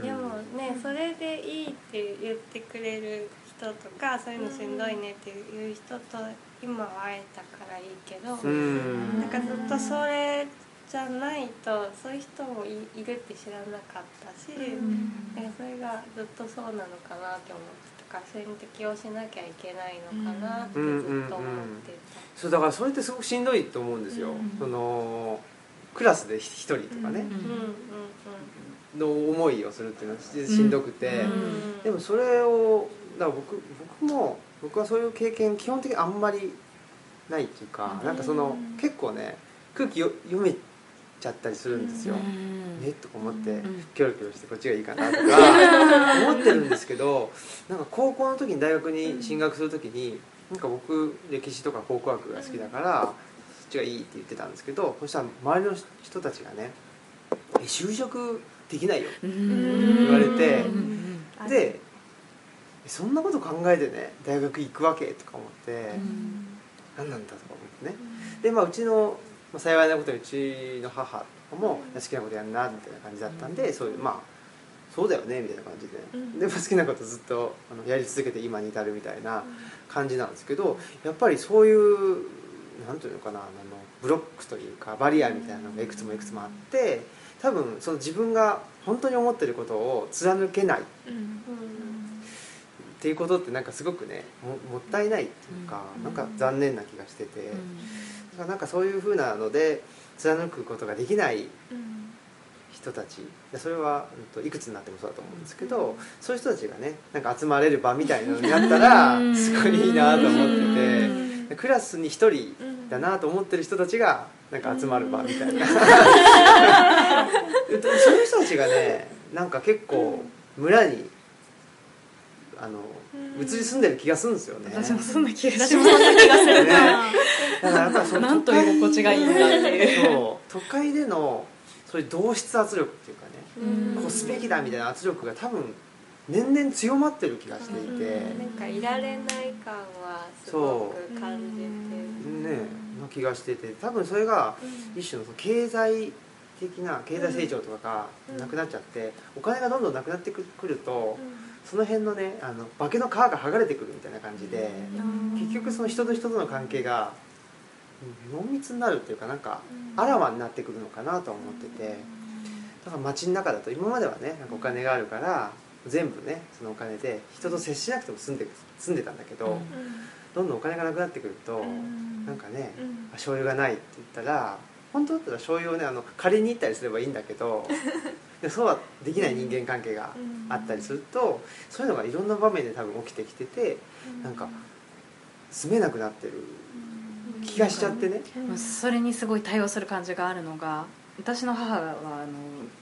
ん
でもねそれでいいって言ってくれる人とかそういうのしんどいねっていう人と今は会えたからいいけど、
うん
なんかずっとそれじゃないとそういう人もいいるって知らなかったし、なんかそれがずっとそうなのかなって思ってとかそれに適応しなきゃいけないのかなってずっと思って
そうだからそれってすごくしんどいと思うんですよ、
うん
そのクラスで一人とか
た。う
ね、
んうん
の思いをするっていうのはししんどくて、
うん
うん
うん
でもそれをだから僕僕も僕はそういう経験基本的にあんまりないっていうか、
うん
なんかその結構ね空気よ読めちゃったりするんですよ、
うん
ねっとか思って、
ん
キョロキョロしてこっちがいいかなと か思ってるんですけどなんか高校の時に大学に進学する時になんか僕歴史とか考古学が好きだから、そっちがいいって言ってたんですけどそしたら周りの人たちがね「え就職できないよ」
うん
言われて
うん
あ
でそんなこと考えてね大学行くわけとか思って、
うん
何なんだとか思ってねでまあうちの、まあ、幸いなことにうちの母とかも
うん
好きなことやんなみたいな感じだったんで、そういうまあそうだよねみたいな感じで、
うん
でも好きなことずっとあのやり続けて今に至るみたいな感じなんですけどやっぱりそういうなんていうのかなあのブロックというかバリアみたいなのがいくつもいくつもあって多分その自分が本当に思ってることを貫けない
うん
っていうことってなんかすごくねももったいないっていうか、
うん
なんか残念な気がしてて、だからなんかそういうふうなので貫くことができない
うん
人たちでそれは、うんと、いくつになってもそうだと思うんですけど、そういう人たちがねなんか集まれる場みたいなのになった
う
ら
ん
すごいいいなと思っ
う
て
ん
てクラスに一人
うん
だなと思ってる人たちがなんか集まる場みた いなえっとそういう人たちがねなんか結構村にあの
うん
移り住んでる気がするんですよね。
私もそんな気が
私
し
も
ます
そんな気がするな
だからやっぱりその
なんと居心地がいいんだっていう
そう都会でのそういう同質圧力っていうかね
うん
こうすべきだみたいな圧力が多分年々強まってる気がしていて、
う
な
ん
ん
ね
かいられない感はすごく感じて
の気がしてて多分それが一種のその経済的な経済成長とか
うん
がなくなっちゃってお金がどんどんなくなってくくるとその辺のねあの化けの皮が剥がれてくるみたいな感じで
うん
結局その人と人との関係がうん濃密になるっていうかなんか
うん
あらわになってくるのかなとは思っててだから街の中だと今まではねなんかお金があるから全部ねそのお金で人と接しなくても住んで住んでたんだけど、
うん
どんどんお金がなくなってくると、
うん
なんかね、
うん
あ醤油がないって言ったら本当だったら醤油をねあの借りに行ったりすればいいんだけ どでもそうはできない人間関係があったりするとそういうのがいろんな場面で多分起きてきててなんか住めなくなってる気がしちゃってね。
うん
まあそれにすごい対応する感じがあるのが私の母はあの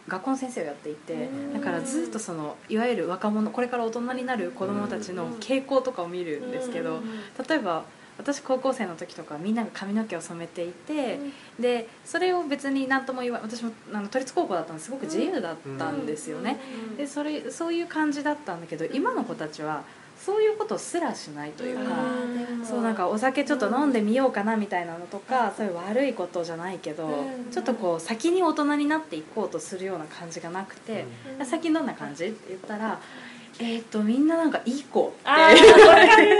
学校の先生をやっていて
うん
だからずっとそのいわゆる若者これから大人になる子どもたちの傾向とかを見るんですけど例えば私高校生の時とかみんなが髪の毛を染めていてでそれを別に何とも言わ私もあの都立高校だったんですごく自由だったんですよね。でそれそういう感じだったんだけど今の子たちはそういうことすらしないというか。
うん
そうなんかお酒ちょっと飲んでみようかなみたいなのとか、そういう悪いことじゃないけど、
うん
ちょっとこう先に大人になっていこうとするような感じがなくて
うん
「最近どんな感じ?」って言ったら「えっ、とみんななんかいい子」って
あーわかる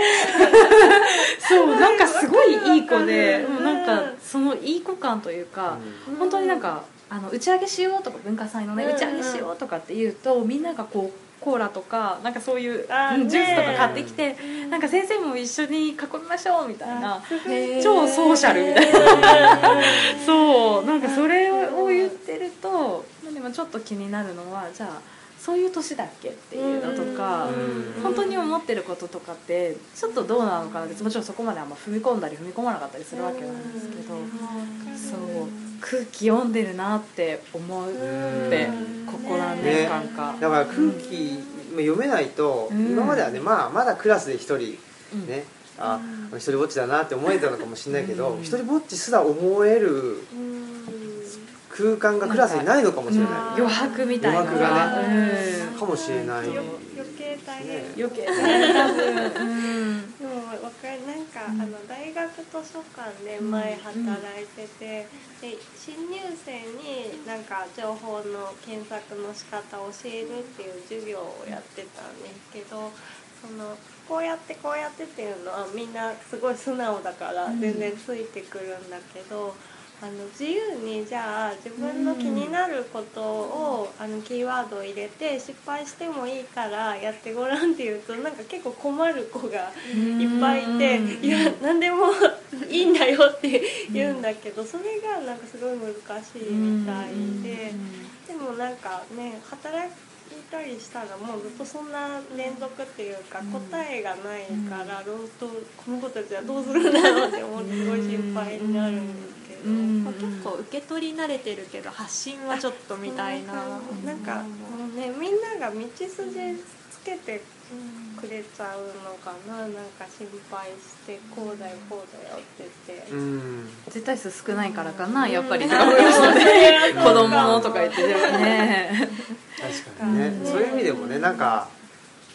そうなんかすごいいい子で
わかる
もうなんかそのいい子感というか、
うん
本当になんかあの打ち上げしようとか文化祭のね、
うんうん
打ち上げしようとかって言うとみんながこうコーラとかなんかそういう
あー
うんジュースと
ね
か買ってきて、
うん
なんか先生も一緒に囲みましょうみたいな。
へー
超ソーシャルみたい
な
そうなんかそれを言ってるとまあでもちょっと気になるのはじゃあそういう年だっけっていうのとか
うん
本当に思ってることとかってちょっとどうなのかなってもちろんそこまであんま踏み込んだり踏み込まなかったりするわけなんですけどそう空気読んでるなって思うって
うん
ここ何年間か。
だから空気も読めないと、
うん
今まではね、まあ、まだクラスで一人ね、あ
うん
一人ぼっちだなって思えたのかもしれないけど、
うん
一人ぼっちすら思える空間がクラスにないのかもしれ
うん
な
余白みたいな
余白
ね
が
うん
いかもしれない、
余計大変
ね
余計多分
でもわかるなんか、
うん
あの大学図書館で前働いてて、で新入生になんか情報の検索の仕方を教えるっていう授業をやってたんですけどそのこうやってこうやってっていうのはみんなすごい素直だから
うん
全然ついてくるんだけど。あの自由にじゃあ自分の気になることを、あのキーワードを入れて失敗してもいいからやってごらんって言うとなんか結構困る子が
うん
いっぱいいて「いや何でもいいんだよ」って言うんだけどそれがなんかすごい難しいみたいででもなんかね働いたりしたらもうずっとそんな連続っていうか
うん
答えがないからどうとこの子たちはどうするんだろうって思ってすごい心配になるんですけど。
うん
まあ結構受け取り慣れてるけど発信はちょっとみたいな
なんかもうねみんなが道筋つけてくれちゃうのかななんか心配してこうだよこうだよって言って。
うん
絶対数少ないからかなやっ ぱり
うん
とか思いましたね
うん
子供のとか言ってでもね
確かにね、
うん
そういう意味でもねなんか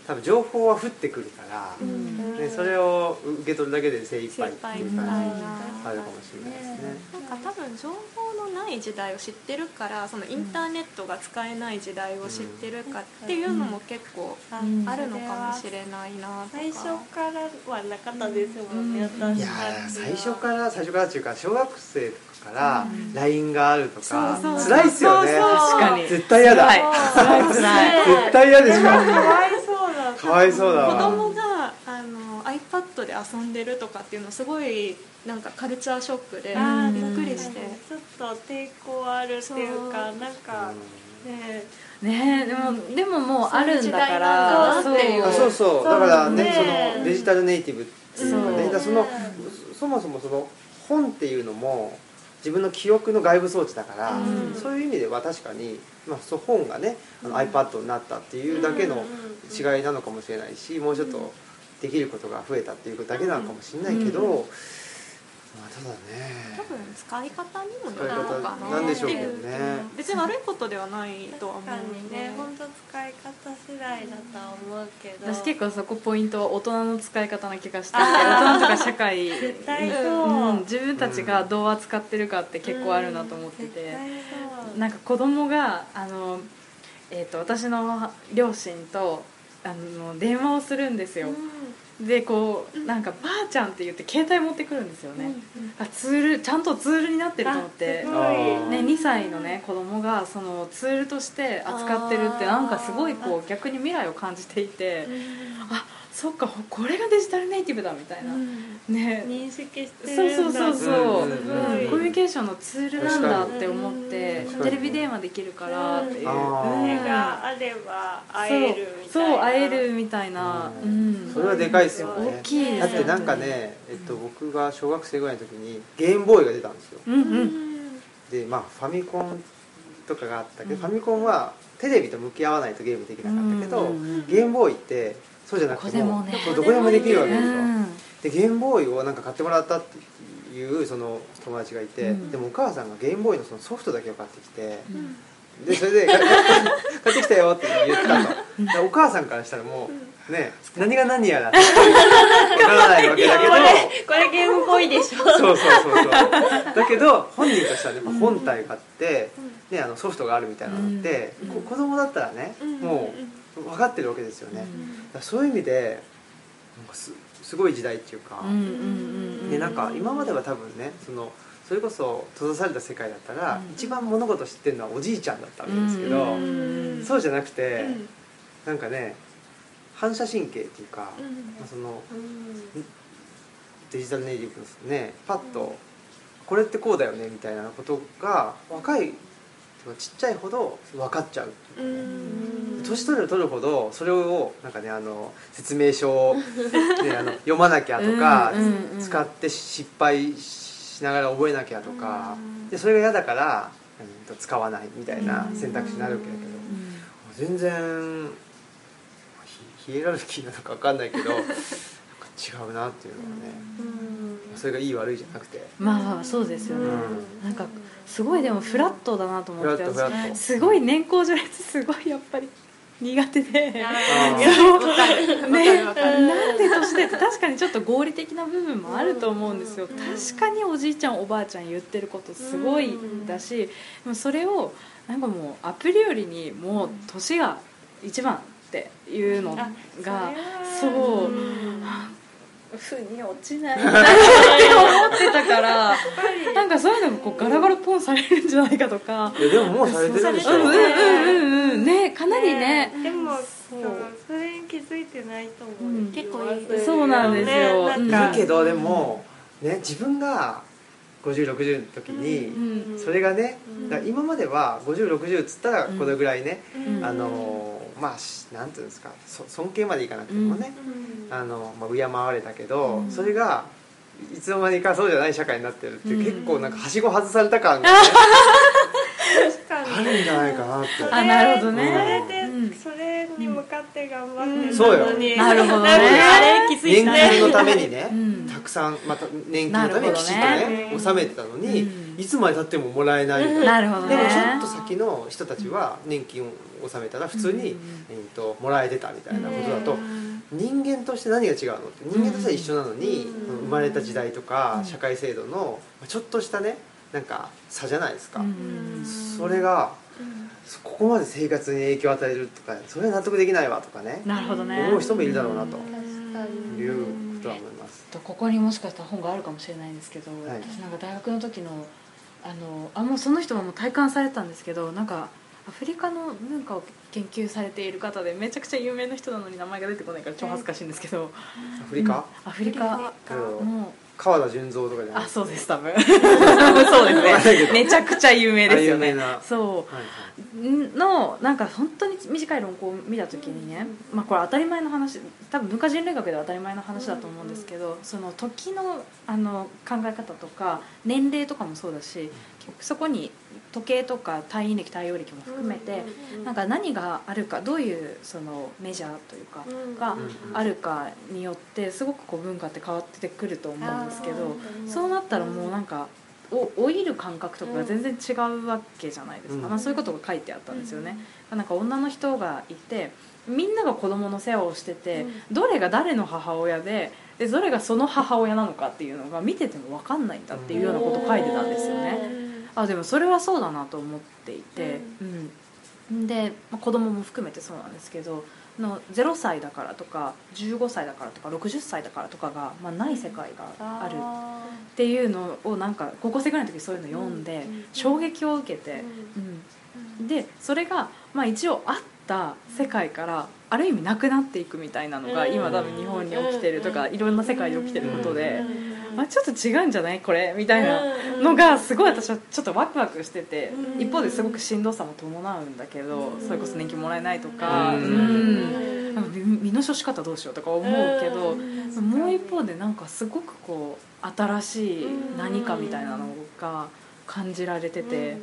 多分情報は降ってくるから、
うん
うん
ね、それを受け取るだけで精一
精
杯
一
って
杯
い
み
う
たい
感
な
じ
うん
あるかもしれないですね。
なんか多分情報のない時代を知ってるからそのインターネットが使えない時代を知ってるかっていうのも結構
うん
あるのかもしれないなとか
最初からはなかったですもんね、
うん
私たちはい
やー最初から最初からっていうか小学生とかから LINE があるとか、
そうそう
辛いっすよね
そうそう
確かに
絶対嫌だ、
辛い
そう
辛い
絶対嫌でしょ
かわいそうだ
かわいそうだ
子
わ
供があの iPad で遊んでるとかっていうのすごいなんかカルチャーショックで
あー
びっくり
確
して
かにちょっと抵抗あるっていうか
そう
なんかね
ねえでもでももうあるんだから
そういう時代なんだなってい
あそうそうだからね
そうね
そのデジタルネイティブっていうかね、
そう
だからその
ね
そもそもその本っていうのも自分の記憶の外部装置だから、
うん
そういう意味では確かに、まあ、そう本がねあの iPad になったっていうだけの違いなのかもしれないしもうちょっとできることが増えたっていうことだけなのかもしれないけど、
うん
まあ、ただ
多
ね
分使い方にも
使い
よるのか
方
な
なんで
っ
しょ
て
うけ
い
ど
う
ね。
別に悪いことではないとは思
確
う
かにね
の
本当使い方次第だとは思うけど
私結構そこポイントは大人の使い方な気がして
あ
大
ー
人とか社会
絶対そう、
うん、自分たちがどう扱ってるかって結構あるなと思って
絶
て、
対そう
なんか子供があのえっ、と私の両親とあの電話をするんですよ、でこうなんかばあちゃんって言って携帯持ってくるんですよね、あツールちゃんとツールになってると思って
あす
ごい
ね2歳のね子供がそのツールとして扱ってるって
あー
なんかすごいこう逆に未来を感じていて
うん
あそっかこれがデジタルネイティブだみたいな、ね
認識してるんだ
そうそうそうそう、
うん
すごい
うんコミュニケーションのツールなんだって思っ
確
て
かに
テレビ電話できるからっていう、
うん
あー
胸があれば会えるみた
そ
いうな
そう会えるみたいな、
う
うんん
それはでかいですよね
大きいです
だ
よ
ってなんかね、えっと、僕が小学生ぐらいの時にゲームボーイが出たんですよ
うんうん
でまあファミコンとかがあったけど、
うん
ファミコンはテレビと向き合わないとゲームできなかったけど、
うんうんうん
ゲームボーイってそうじゃなくても
どこでもね
そうどこでもできるわけでしょ、
うん
でゲームボーイをなんか買ってもらったっていうその友達がいて、
うん
でもお母さんがゲームボーイのそのソフトだけを買ってきて、
うん
でそれで買 ってきたよって言ったとでお母さんからしたらもうね何が何や らって分からないわけだけど
これゲームボーイでしょ
そうそうそうそうだけど本人としてはねやっぱ本体買って、ね、あのソフトがあるみたいなのって、
うん
こ子供だったらね、もう分かってるわけですよね、だからそういう意味でなんかすすごい時代っていうか、
うんうんうん
でなんか今までは多分ねそのそれこそ閉ざされた世界だったら、
うん
一番物事知ってるのはおじいちゃんだったわけですけど、
うんうん
そうじゃなくて、なんかね反射神経っていうか、まあそのデジタルネイティブですねパッと、
うん
これってこうだよねみたいなことが若いてかちっちゃいほど分かっちゃうっていうかね、年取れば取るほどそれをなんかねあの説明書 を、ね、あの読まなきゃとか、
うんうんうん
使って失敗しながら覚えなきゃとか、でそれが嫌だから、うんと使わないみたいな選択肢になるわけだけど、全然ヒヒエラルキーなのか分かんない けどなんか違うなっていうのはね、それがいい悪いじゃなくて。
まあそうですよね、
うん
なんかすごいでもフラットだなと思
フラ
って
ットフラ
私
ット
すごい年功序列すごいやっぱり苦手で
いや
ね
あ
いや
ー
なんで年でって確かにちょっと合理的な部分もあると思うんですよ
うん
確かにおじいちゃんおばあちゃん言ってることすごいだしでもそれをなんかもうアプリよりにもう年が一番っていうのがそう腑に落ちないなって思ってたからなんかそういうのがこうガラガラポンされるんじゃないかとか
いやでももうされてるでし
う
ょ
んうん
されてる
うんうんねかなりね
でもそ
そうう
それに気づいてないと思う、
うん
結構いい
ね
そうなんですよ
なん
だ
か
けどでも、ね、自分が5060の時
う
に、
ん
それがね、
うん
だから今までは5060っつったらこのぐらいね、
うん
あのーまあしなんていうんですかそ尊敬までいかなくてもね、あのまあ、敬われたけど、
うん
それがいつの間にかそうじゃない社会になってるって、
うん
結構なんかはしご外された感がね、
確か
あ
に
るんじゃないかなって。
あなるほど
それ
ね
で
うんうん
それに向かって頑張っ
うん
て
そうよ
たのに、
なるほどね
なんかあれ気づい
年
た
金のためにね、
うん
たくさんまた年金のためにきちっと
な
るほど
ね
ね
納めてたのに、
うん
いつまでたってももらえないみたいな
なるほどね
でもちょっと先の人たちは年金を納めたら普通に、
うん
えー、ともらえてたみたいなことだと、
うん
人間として何が違うのって人間としては一緒なのに、
うん
その生まれた時代とか
うん
社会制度のちょっとしたねなんか差じゃないですか、
うん
それがここまで生活に影響を与えるとかそれは納得できないわとかね
なるほどね
思う人もいるだろうなと
うん
確
いうことは思います。
とここにもしかしたら本があるかもしれないんですけど、
はい
私なんか大学の時のあのあもうその人はもう体感されたんですけどなんかアフリカの文化を研究されている方でめちゃくちゃ有名な人なのに名前が出てこないから超恥ずかしいんですけど、
アフリカ、
アフリカ
なるほど
の
川田純三とかじゃない
あそうです多分 そうですねめちゃくちゃ有名ですよ
あ有名
ね
な
そう
はいはい
のなんか本当に短い論考を見た時にね、まあ、これ当たり前の話多分文化人類学では当たり前の話だと思うんですけど、その時のあの考え方とか年齢とかもそうだし結局そこに時計とか退院歴対応歴も含めて、なんか何があるかどういうそのメジャーというかがあるかによってすごくこう文化って変わってくると思うんですけど。そうなったらもうなんか、お老いる感覚とかが全然違うわけじゃないですか、
うん
まあ、そういうことが書いてあったんですよね、なんか女の人がいてみんなが子供の世話をしてて、どれが誰の母親ででどれがその母親なのかっていうのが見てても分かんないんだっていうようなことを書いてたんですよね、あでもそれはそうだなと思っていて、うんで、まあ、子供も含めてそうなんですけどの0歳だからとか15歳だからとか60歳だからとかが、まあ、ない世界があるっていうのをなんか高校生ぐらいの時そういうの読んで、
うん
衝撃を受けて、うんでそれが、まあ、一応あった世界からある意味なくなっていくみたいなのが、
うん
今多分日本に起きてるとか、
う
いろんな世界で起きてることで、まあ、ちょっと違うんじゃないこれみた
た
いな。のがすごい私はちょっとワクワクしてて、
うん
一方ですごくしんどさも伴うんだけど、
うん
それこそ年金もらえないとか、
う
うんんなんか身の処し方どうしようとか思うけど、もう一方でなんかすごくこう新しい何かみたいなのが感じられてて、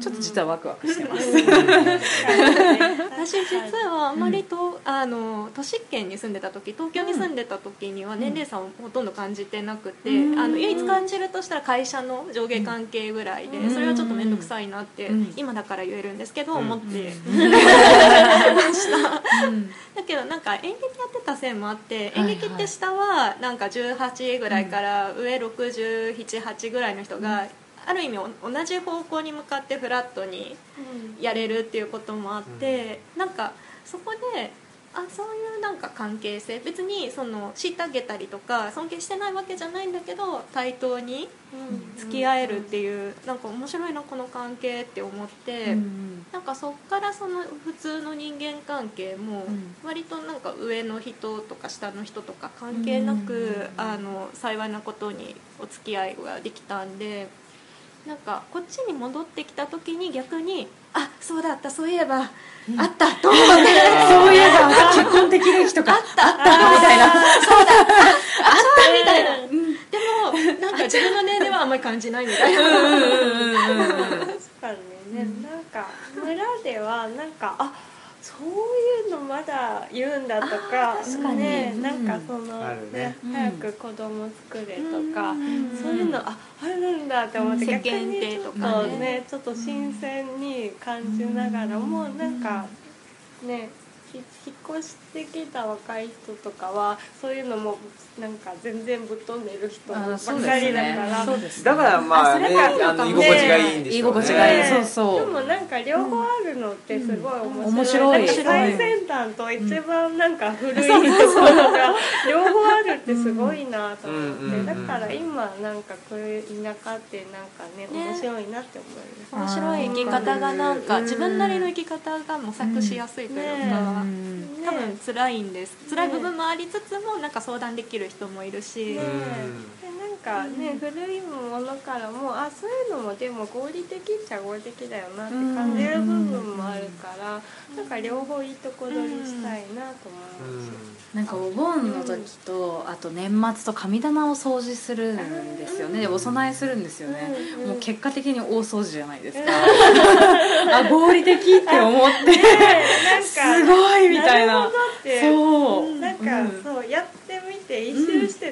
ちょっと実はワクワクしてます。
私実はあまりと、あの都市圏に住んでた時東京に住んでた時には年齢差をほとんど感じてなくて、
うん
あの唯一感じるとしたら会社の上下関係ぐらいで、
うん
それはちょっと面倒くさいなって、
うん
今だから言えるんですけど、
うん
思って、だけどなんか演劇やってたせいもあって
はい
演
はい
劇って下はなんか18ぐらいから上678ぐらいの人が、ある意味お同じ方向に向かってフラットにやれるっていうこともあって、なんかそこであそういうなんか関係性別にその虐げたりとか尊敬してないわけじゃないんだけど対等に付き合えるっていう、なんか面白いなこの関係って思って。なんかそっからその普通の人間関係も
うん
割となんか上の人とか下の人とか関係な
うんうんうん
くあの幸いなことにお付き合いができたんでなんかこっちに戻ってきた時に逆にあそうだったそういえばあったと 思って
そういえば結婚できる人があったあったみたいな
みたいなでもなんか自分の年齢は あんまり感じないみたいな。
確かにね、なんか村ではなんかあそういうのまだ言うんだとか
ー確かに
ね、
うん
なんかその、
あるね
うん
早く子供作れとか、
うん
そういうのああるんだって思って、
うん
逆に
世
ち
間体
ょ
と
っと
か
ね
ねちょっと新鮮に感じながらも、
うん
なんかねひ引っ越してきた若い人とかはそういうのもなんか全然ぶっ飛んでる人ばっかりだから
そうですね
だからまあね
あそれが
あ
いいのか
の
も
居
ね
心地がいいんで
居
しょうね
心地がいい、
ね
そうそう
でもなんか両方あるのってすごい面
う
白い,、
ん面白い
なんか最先端と一番なんか古いところが両方あるってすごいなと思って、
うん
だから今なんかこれ田舎ってなんかね
ね
面白いなって思います
面白い生き方がなん
う
か
ん
自分なりの生き方が模索しやすいというか。
うん
うん
多分辛いんです
ね
辛い部分もありつつもなんか相談できる人もいるし、
ね
う
で
ん
なんかね、古いものからもあそういうのもでも合理的っちゃ合理的だよなって感じる部分もあるから、なんか両方いいとこ取りしたいなと思います。
なんかお盆の時とあと年末と神棚を掃除するんですよねでお供えするんですよね
うんうん
もう結果的に大掃除じゃないですかあ合理的って思って
なんか
すご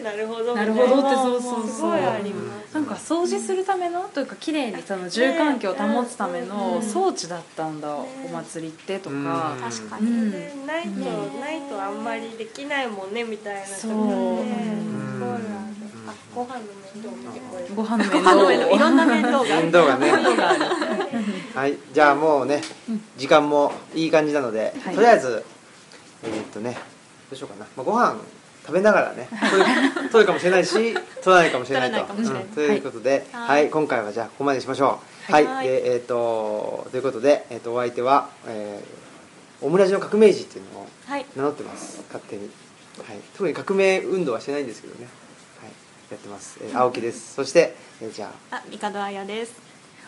なるほどって
も
そうそうそう
すごいあります
なんか掃除するためのというか綺麗にその住環境を保つための装置だったんだ、
ね
お祭りってと
うん
か、
確か
そ
に、
うん
れでないと、
うん
ないとあんまりできないもんねみたいな
そ
と
う
ころで、
うん
そうなんですあご飯の面倒見てこれる
ご飯の
ご
面
飯
倒
の面 倒いろんな面倒がある
面倒がね
がある
はいじゃあもうね時間もいい感じなので、
はい
とりあえずえーっとねどうしようかな、まあ、ご飯食べながらね取る取るかもしれないし取らないかもしれないと
取らないかもしれない
うんということで、
は
はいい今回はじゃあここまでにしましょうは
はい
い、でえーっとということで、えーっとお相手は、えーオムラジの革命児っていうのを
はい
名乗ってます勝手に、はい、特に革命運動はしてないんですけどね、はい、やってます、えー青木ですそして、えーじゃあ
あ三門彩です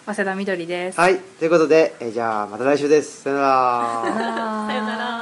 早稲田みどりです、
はい、ということで、えーじゃあまた来週です。さよなら。
さ
さよなら